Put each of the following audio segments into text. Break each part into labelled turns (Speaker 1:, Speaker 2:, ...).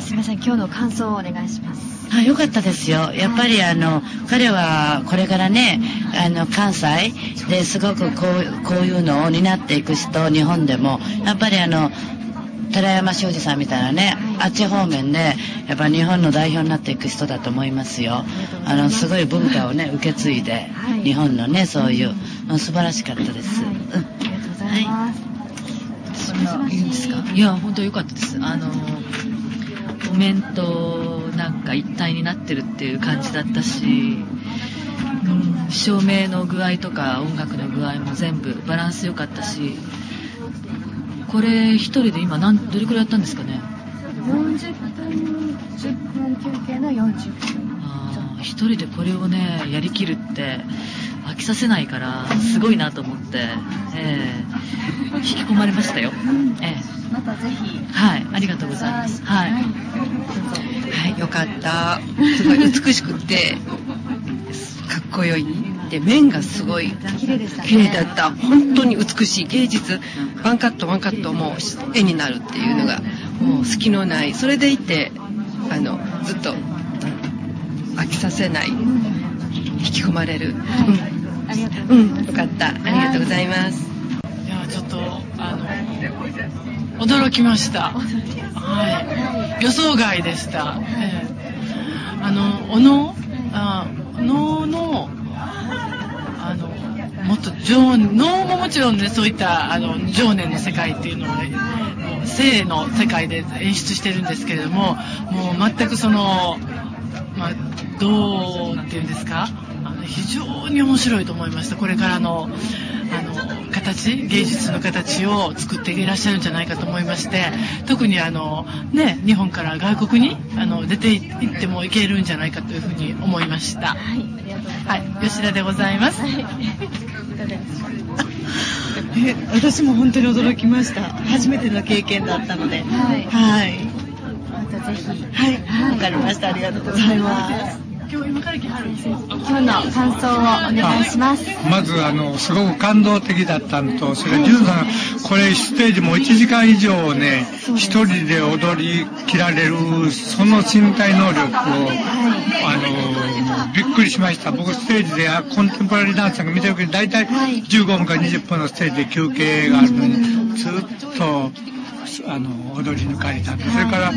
Speaker 1: すみません今日の感想をお願いします
Speaker 2: あよかったですよ。やっぱりあの、彼はこれからね、あの、関西ですごくこうこういうのを担っていく人、日本でも、やっぱりあの、寺山修司さんみたいなね、あっち方面で、やっぱ日本の代表になっていく人だと思いますよ。あの、すごい文化をね、受け継いで、
Speaker 1: はい
Speaker 2: 日本のね、そういう、うん素晴らしかったです。
Speaker 1: はい
Speaker 2: うん
Speaker 1: ありがとうございます、
Speaker 3: そんないいんですかいや本当良かったですあのお面となんか一体になってるっていう感じだったし、うん、照明の具合とか音楽の具合も全部バランス良かったしこれ一人で今なんどれくらいやったんですかね
Speaker 1: 40分10分休憩の40分
Speaker 3: あー一人でこれをねやりきるって飽きさせないからすごいなと思って、ええ引き込まれましたよ、え
Speaker 1: またぜひ
Speaker 3: えはいありがとうございますはい
Speaker 4: はい、よかった。すごい美しくって、かっこよい。で、面がすごい
Speaker 1: 綺麗でしたね
Speaker 4: 綺麗だった。本当に美しい芸術。ワンカットワンカットもう絵になるっていうのが、もう隙のない。それでいて、あの、ずっと飽きさせない。引き込まれる。
Speaker 1: ありがとうございます
Speaker 4: うん、うん、よかった。ありがとうございます。
Speaker 5: いやちょっとあの驚きました、はい、予想外でした、ええあの小野あ小野のあのもっと情能ももちろんねそういったあの情念の世界っていうのをねもう性の世界で演出してるんですけれどももう全くその、まあ、どうっていうんですかあの非常に面白いと思いましたこれからのあの形芸術の形を作っていらっしゃるんじゃないかと思いまして特にあの、ね、日本から外国にあの出ていってもいけるんじゃないかというふうに思いました。はい、吉田でございます。
Speaker 6: え私も本当に驚きました初めての経験だったので
Speaker 1: はい
Speaker 6: はい
Speaker 1: またぜひ
Speaker 6: はいわかりましたありがとうございます
Speaker 5: 今日今から来はる
Speaker 1: 今日の感想をお願いします
Speaker 7: まずあのすごく感動的だったのとそれからジュンさんこれステージも1時間以上ね一人で踊りきられるその身体能力をあのびっくりしました僕ステージであコンテンポラリーダンサーが見てるけど大体15分から20分のステージで休憩があるのにずっと。あの踊り抜かれたそれから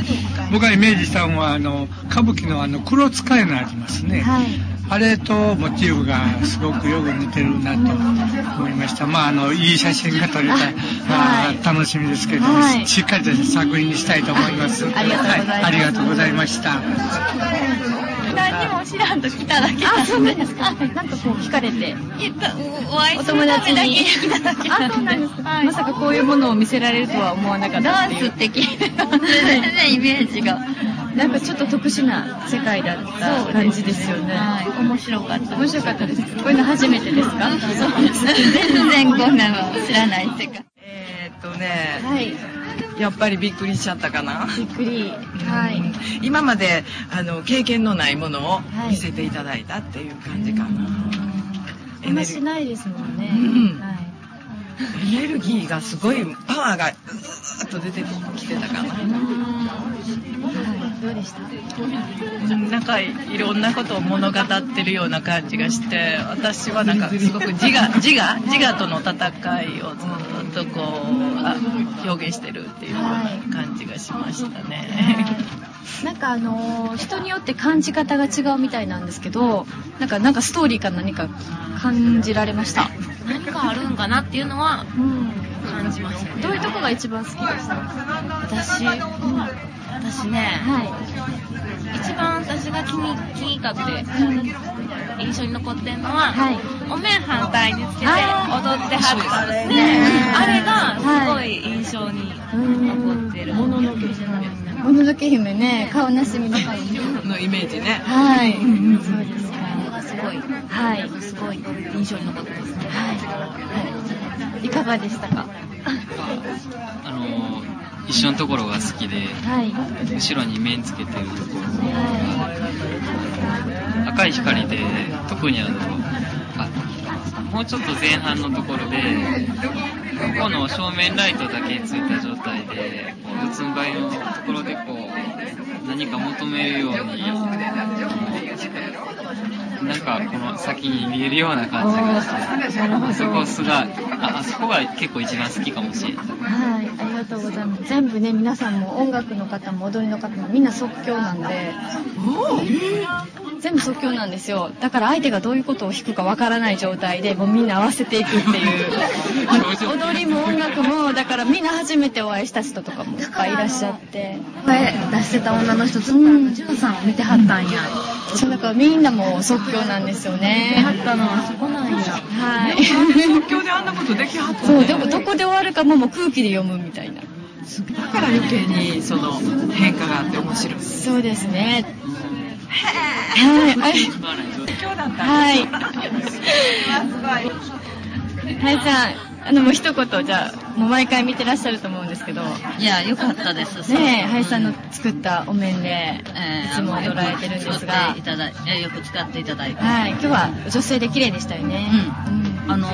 Speaker 7: 僕がイメージしたのはあの歌舞伎のあの黒使いのありますね、
Speaker 1: はい
Speaker 7: あれとモチーフがすごくよく似てるなと思いました。まあ、あの、いい写真が撮れたら、
Speaker 1: は
Speaker 7: あ
Speaker 1: い
Speaker 7: ー楽しみですけども、
Speaker 1: はい
Speaker 7: しっかりとした作品にしたいと思います。
Speaker 1: ありがとうございます
Speaker 7: はありがとうございました。
Speaker 8: 何も知らんと来ただけ
Speaker 1: あそうなんですかなんかこう聞かれて
Speaker 8: お会い
Speaker 1: お
Speaker 8: する
Speaker 1: 友
Speaker 8: た
Speaker 1: 達
Speaker 8: めだけ
Speaker 1: に あそうなんですか、まさかこういうものを見せられるとは思わなかった
Speaker 8: ダ
Speaker 1: って
Speaker 8: ン
Speaker 1: いう
Speaker 8: スって聞いて全然イメージが
Speaker 1: なんかちょっと特殊な世界だった感じですよね。
Speaker 8: はい面白かった
Speaker 1: 面白かったです。こういうの初めてですかそうです。
Speaker 8: 全然こんなの知らない世界
Speaker 4: えーっとね、
Speaker 1: はい。
Speaker 4: やっぱりびっくりしちゃったかな。
Speaker 1: びっくり。はい。
Speaker 4: 今まであの経験のないものを
Speaker 1: はい
Speaker 4: 見せていただいたっていう感じかな、
Speaker 1: あんましないですもんね。
Speaker 4: うん
Speaker 1: はい。
Speaker 4: エネルギーがすごいパワーがうーっと出てきてたかな
Speaker 1: はいどうでした
Speaker 3: なんかいろんなことを物語ってるような感じがして私はなんかすごく自 我自我自我との戦いをずっとこうあ表現してるっていうような感じがしましたね。
Speaker 1: なんかあのー人によって感じ方が違うみたいなんですけど、なんかなんかストーリーか何か感じられました。
Speaker 8: 何かあるんかなっていうのは
Speaker 1: うん。
Speaker 8: 感じました
Speaker 1: どういうとこが一番好きでした
Speaker 8: 私私ね
Speaker 1: は
Speaker 8: 一番私が気に気にかって印象に残ってるのは、
Speaker 1: はい
Speaker 8: お面反対につけて踊って
Speaker 1: あ
Speaker 8: はるってあれがすごい印象に
Speaker 1: い。うん
Speaker 8: 残っ。てる、もののけ姫
Speaker 1: もののけ姫ね、顔なしみの顔ね。
Speaker 4: のイメージね
Speaker 1: はい。そうですか。
Speaker 8: がすごい
Speaker 1: はい。
Speaker 8: すごい印象に残ってますね
Speaker 1: はい。いかがでしたか。
Speaker 9: あの一緒のところが好きで
Speaker 1: はい。
Speaker 9: 後ろに面つけてるところが赤い光で特にあのあ
Speaker 10: もうちょっと前半のところで、ここの正面ライトだけついた状態で、こう四つん這いのところでこう、何か求めるように、なんかこの先に見えるような感じがして、そこすら、あ、あそこが結構一番好きかもしれない。
Speaker 1: はい、ありがとうございます。全部ね、皆さんも音楽の方も踊りの方もみんな即興なんで、全部即興なんですよ。だから相手がどういうことを弾くかわからない状態で、もうみんな合わせていくっ ていう。踊りも音楽も、だからみんな初めてお会いした人とかもいっぱいいらっしゃって。
Speaker 8: 声出してた女の人ずっとあのジュンさんを見てはったんや。
Speaker 1: そう、だからみんなもう即興なんですよね。
Speaker 8: 見てはったのはそこなんや。
Speaker 1: はい。
Speaker 11: 東京であんなことできはった
Speaker 1: そう、でもどこで終わるかももう空気で読むみたいな。
Speaker 11: だから余計にその変化があって面白い。
Speaker 1: そうですね。はい。はい。はい、じゃあ、あの、もう一言、じゃあ、もう毎回見てらっしゃると思うんですけど、
Speaker 5: いや、よかったです。
Speaker 1: ねえ、林
Speaker 5: 林
Speaker 1: さんの作ったお面で、
Speaker 5: えー
Speaker 1: いつも踊られてるんで
Speaker 5: あ
Speaker 1: すが
Speaker 5: のよく使ってい、ただいえよく使っていただいて。
Speaker 1: はい、今日は女性で綺麗でしたよね。
Speaker 5: うん。あの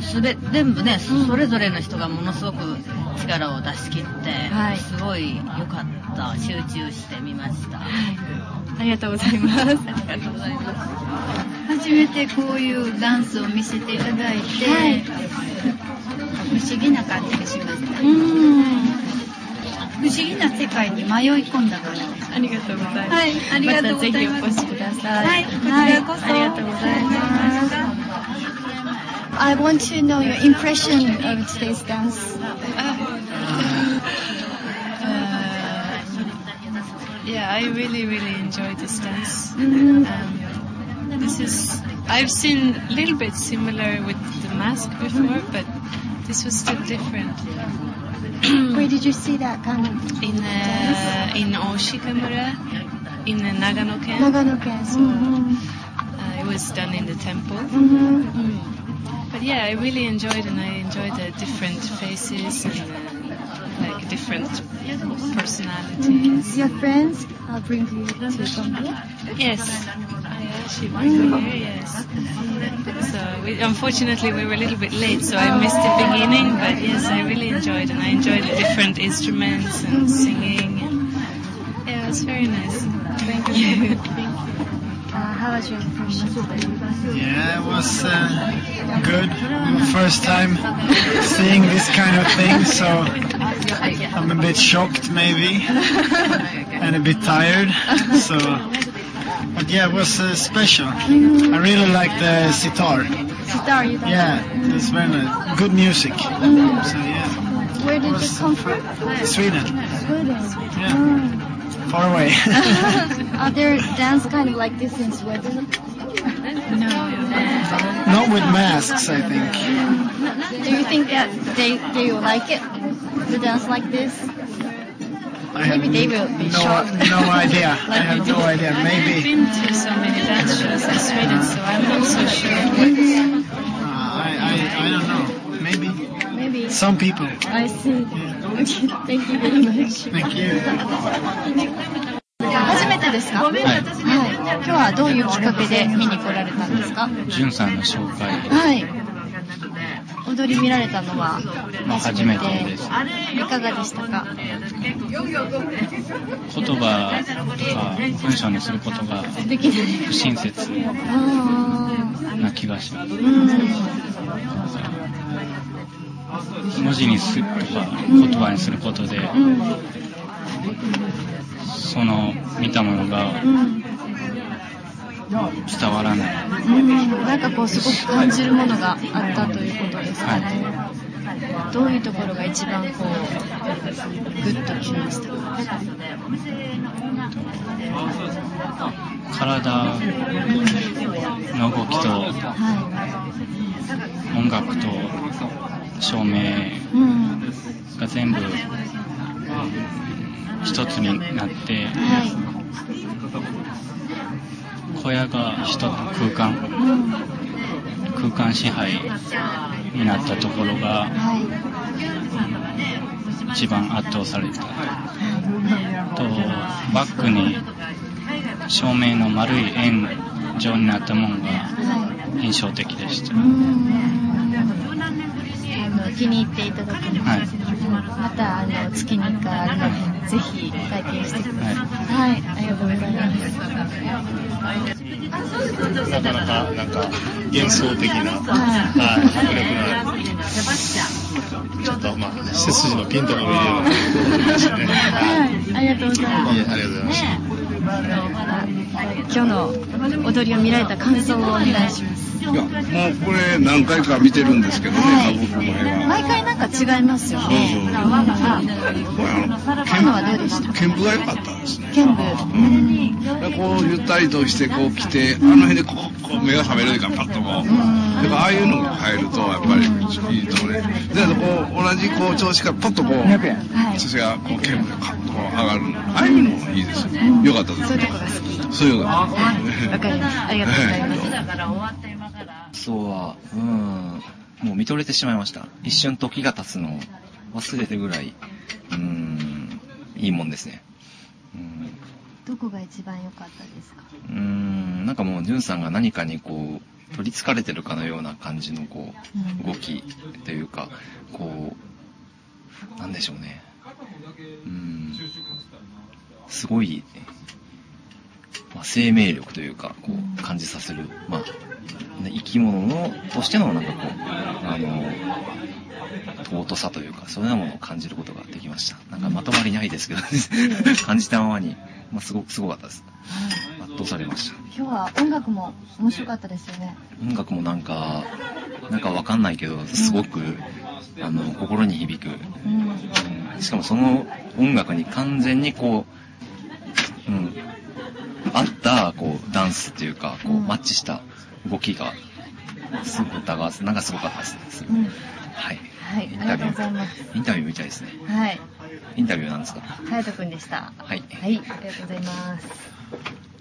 Speaker 5: ーすべ、全部ね、それぞれの人がものすごく力を出し切って、
Speaker 1: はい
Speaker 5: すごい良かった。集中してみました。
Speaker 1: ありがとうございます。
Speaker 5: ありがとうございます。
Speaker 8: 初めてこういうダンスを見せていただいて、
Speaker 1: はい
Speaker 8: 不思議な感じがしました。不思議な世界に迷い込んだからです。
Speaker 1: ありがとうございます。
Speaker 8: はいありがとうございま
Speaker 1: ま
Speaker 8: す
Speaker 1: たぜひお越しください。
Speaker 8: はいこちらこそ
Speaker 1: ありがとうございます。I want to know your impression of today's dance.
Speaker 11: Uh, Yeah, I really, really enjoyed this dance.
Speaker 1: Mm-hmm.
Speaker 11: Um, this is, I've seen a little bit similar with the mask before, but this was still different.
Speaker 1: Where did you see that kind of
Speaker 11: In, uh, in Oshikamura, in uh, Nagano Ken,
Speaker 1: Nagano-ken?
Speaker 11: uh, it was done in the temple.
Speaker 1: Mhm.
Speaker 11: But yeah, I really enjoyed and I enjoyed the different faces and uh, like different personalities.
Speaker 1: Your friends will bring you to Gombe.
Speaker 11: Yes. She was
Speaker 1: Mm-hmm.
Speaker 11: here, yes. So we, unfortunately we were a little bit late, so I missed the beginning. But yes, I really enjoyed, and I enjoyed the different instruments and singing. And, yeah, it was very nice. Thank you.
Speaker 1: Uh, how was your impression?
Speaker 7: Yeah, it was uh, good. First time seeing this kind of thing, so I'm a bit shocked maybe and a bit tired. So, but yeah, it was uh, special. I really like the sitar.
Speaker 1: Sitar, you guys.
Speaker 7: Yeah, it's very nice. Good music. So yeah,
Speaker 1: Where did you come from?
Speaker 7: Sweden,
Speaker 1: Sweden.
Speaker 7: yeah, far away.
Speaker 1: Are there dance kind of like this in Sweden?
Speaker 7: Not with masks, I think.
Speaker 1: Do you think that they they will like it? To dance like this?
Speaker 7: I have
Speaker 1: Maybe they will be
Speaker 7: no,
Speaker 1: shocked.
Speaker 7: no idea. I have no idea. Maybe.
Speaker 11: I've been to so many dance shows in Sweden, so I'm not so sure. What,
Speaker 7: Uh, I, I, I don't know. Maybe.
Speaker 1: Maybe.
Speaker 7: Some people.
Speaker 1: I see. Thank you very much.
Speaker 7: Thank you.
Speaker 1: 初めてですかはい。今日はどういうきっかけで見に来られたんですか
Speaker 10: じゅんさんの紹介、
Speaker 1: はい。踊り見られたのは
Speaker 10: まあ初めてです
Speaker 1: いかがでしたか
Speaker 10: 言葉とか文章にすることが
Speaker 1: できない。
Speaker 10: 不親切
Speaker 1: あ
Speaker 10: な気がしま
Speaker 1: ーうん
Speaker 10: す。文字にするとか言葉にすることで、
Speaker 1: うん
Speaker 10: その見たものが
Speaker 1: うん
Speaker 10: 伝わらない。
Speaker 1: うんなんかこうすごく感じるものがあったということですかね。どういうところが一番こうグッときましたか。
Speaker 10: 体の動きと
Speaker 1: は
Speaker 10: 音楽と照明
Speaker 1: い。うん。
Speaker 10: が全部一つになって、
Speaker 1: は
Speaker 10: 小屋が一つの空間、
Speaker 1: い。うん。
Speaker 10: 空間支配になったところが
Speaker 1: はい。
Speaker 10: 一番圧倒された。と、バックに照明の丸い円状になったものが
Speaker 1: は
Speaker 12: 印象的でした。
Speaker 1: あの気に入っていただきま
Speaker 12: はい
Speaker 1: した、またあの月に1回あるのでぜひ体験してくださいはい、ありがとうござい
Speaker 13: な
Speaker 1: ます
Speaker 13: かなか、なんか、幻想的な、
Speaker 1: は
Speaker 13: はいい、迫力のある、ちょっと、まあ、背筋のピンと伸びるような、
Speaker 1: はい、ありがとうございます
Speaker 13: いえありがとうございました。
Speaker 1: 今日の踊りを見られた感想をお願いします
Speaker 14: いや、もうこれ何回か見てるんですけどね、僕の絵は。
Speaker 1: 毎回なんか違いますよね
Speaker 14: そうそうこれあの、
Speaker 1: 今はどうでした
Speaker 14: 剣舞が良かったですね。
Speaker 1: 剣舞
Speaker 14: でこう、ゆったりとしてこう来て、あの辺でこう、こう目が覚めるというか、パッとこう。やっぱああいうのが入ると、やっぱりいいとね。で、こう、同じこう、調子からパッとこう、調子がこう、剣舞がカッとこう上がる。ああいうのもいいですよ。よかったです。そういうとこが好き。そういうのが。
Speaker 1: わかりましたありがとうございます
Speaker 10: そうは、うーん、もう見とれてしまいました。一瞬時が経つのを忘れてぐらい、うーん、いいもんですね。
Speaker 1: どこが一番良かったですか
Speaker 10: うーん、なんかもう、ジュンさんが何かにこう、取り憑かれてるかのような感じのこう、動きというか、こう、なんでしょうね。うん、すごい、まあ、生命力というか、こう、感じさせる、まあ、ね生き物の、としての、なんかこう、あの、尊さというか、そういうようなものを感じることができました。なんかまとまりないですけど、 感じたままに、まあ、すごく、すごかったです。圧倒されました。
Speaker 1: 今日は音楽も面白かったですよね
Speaker 10: 音楽もなんか、なんかわかんないけど、すごく、あの、心に響く。うんしかもその音楽に完全にこう、うん、合った、こう、ダンスっていうか、こう、マッチした動きが、すごく歌が、なんかすごかったですね。すごいはい。
Speaker 1: はいありがとうございます
Speaker 10: インタビューみたいですね。
Speaker 1: はい
Speaker 10: インタビューなんですか
Speaker 1: 隼人君でした
Speaker 10: はい。
Speaker 1: はいありがとうございます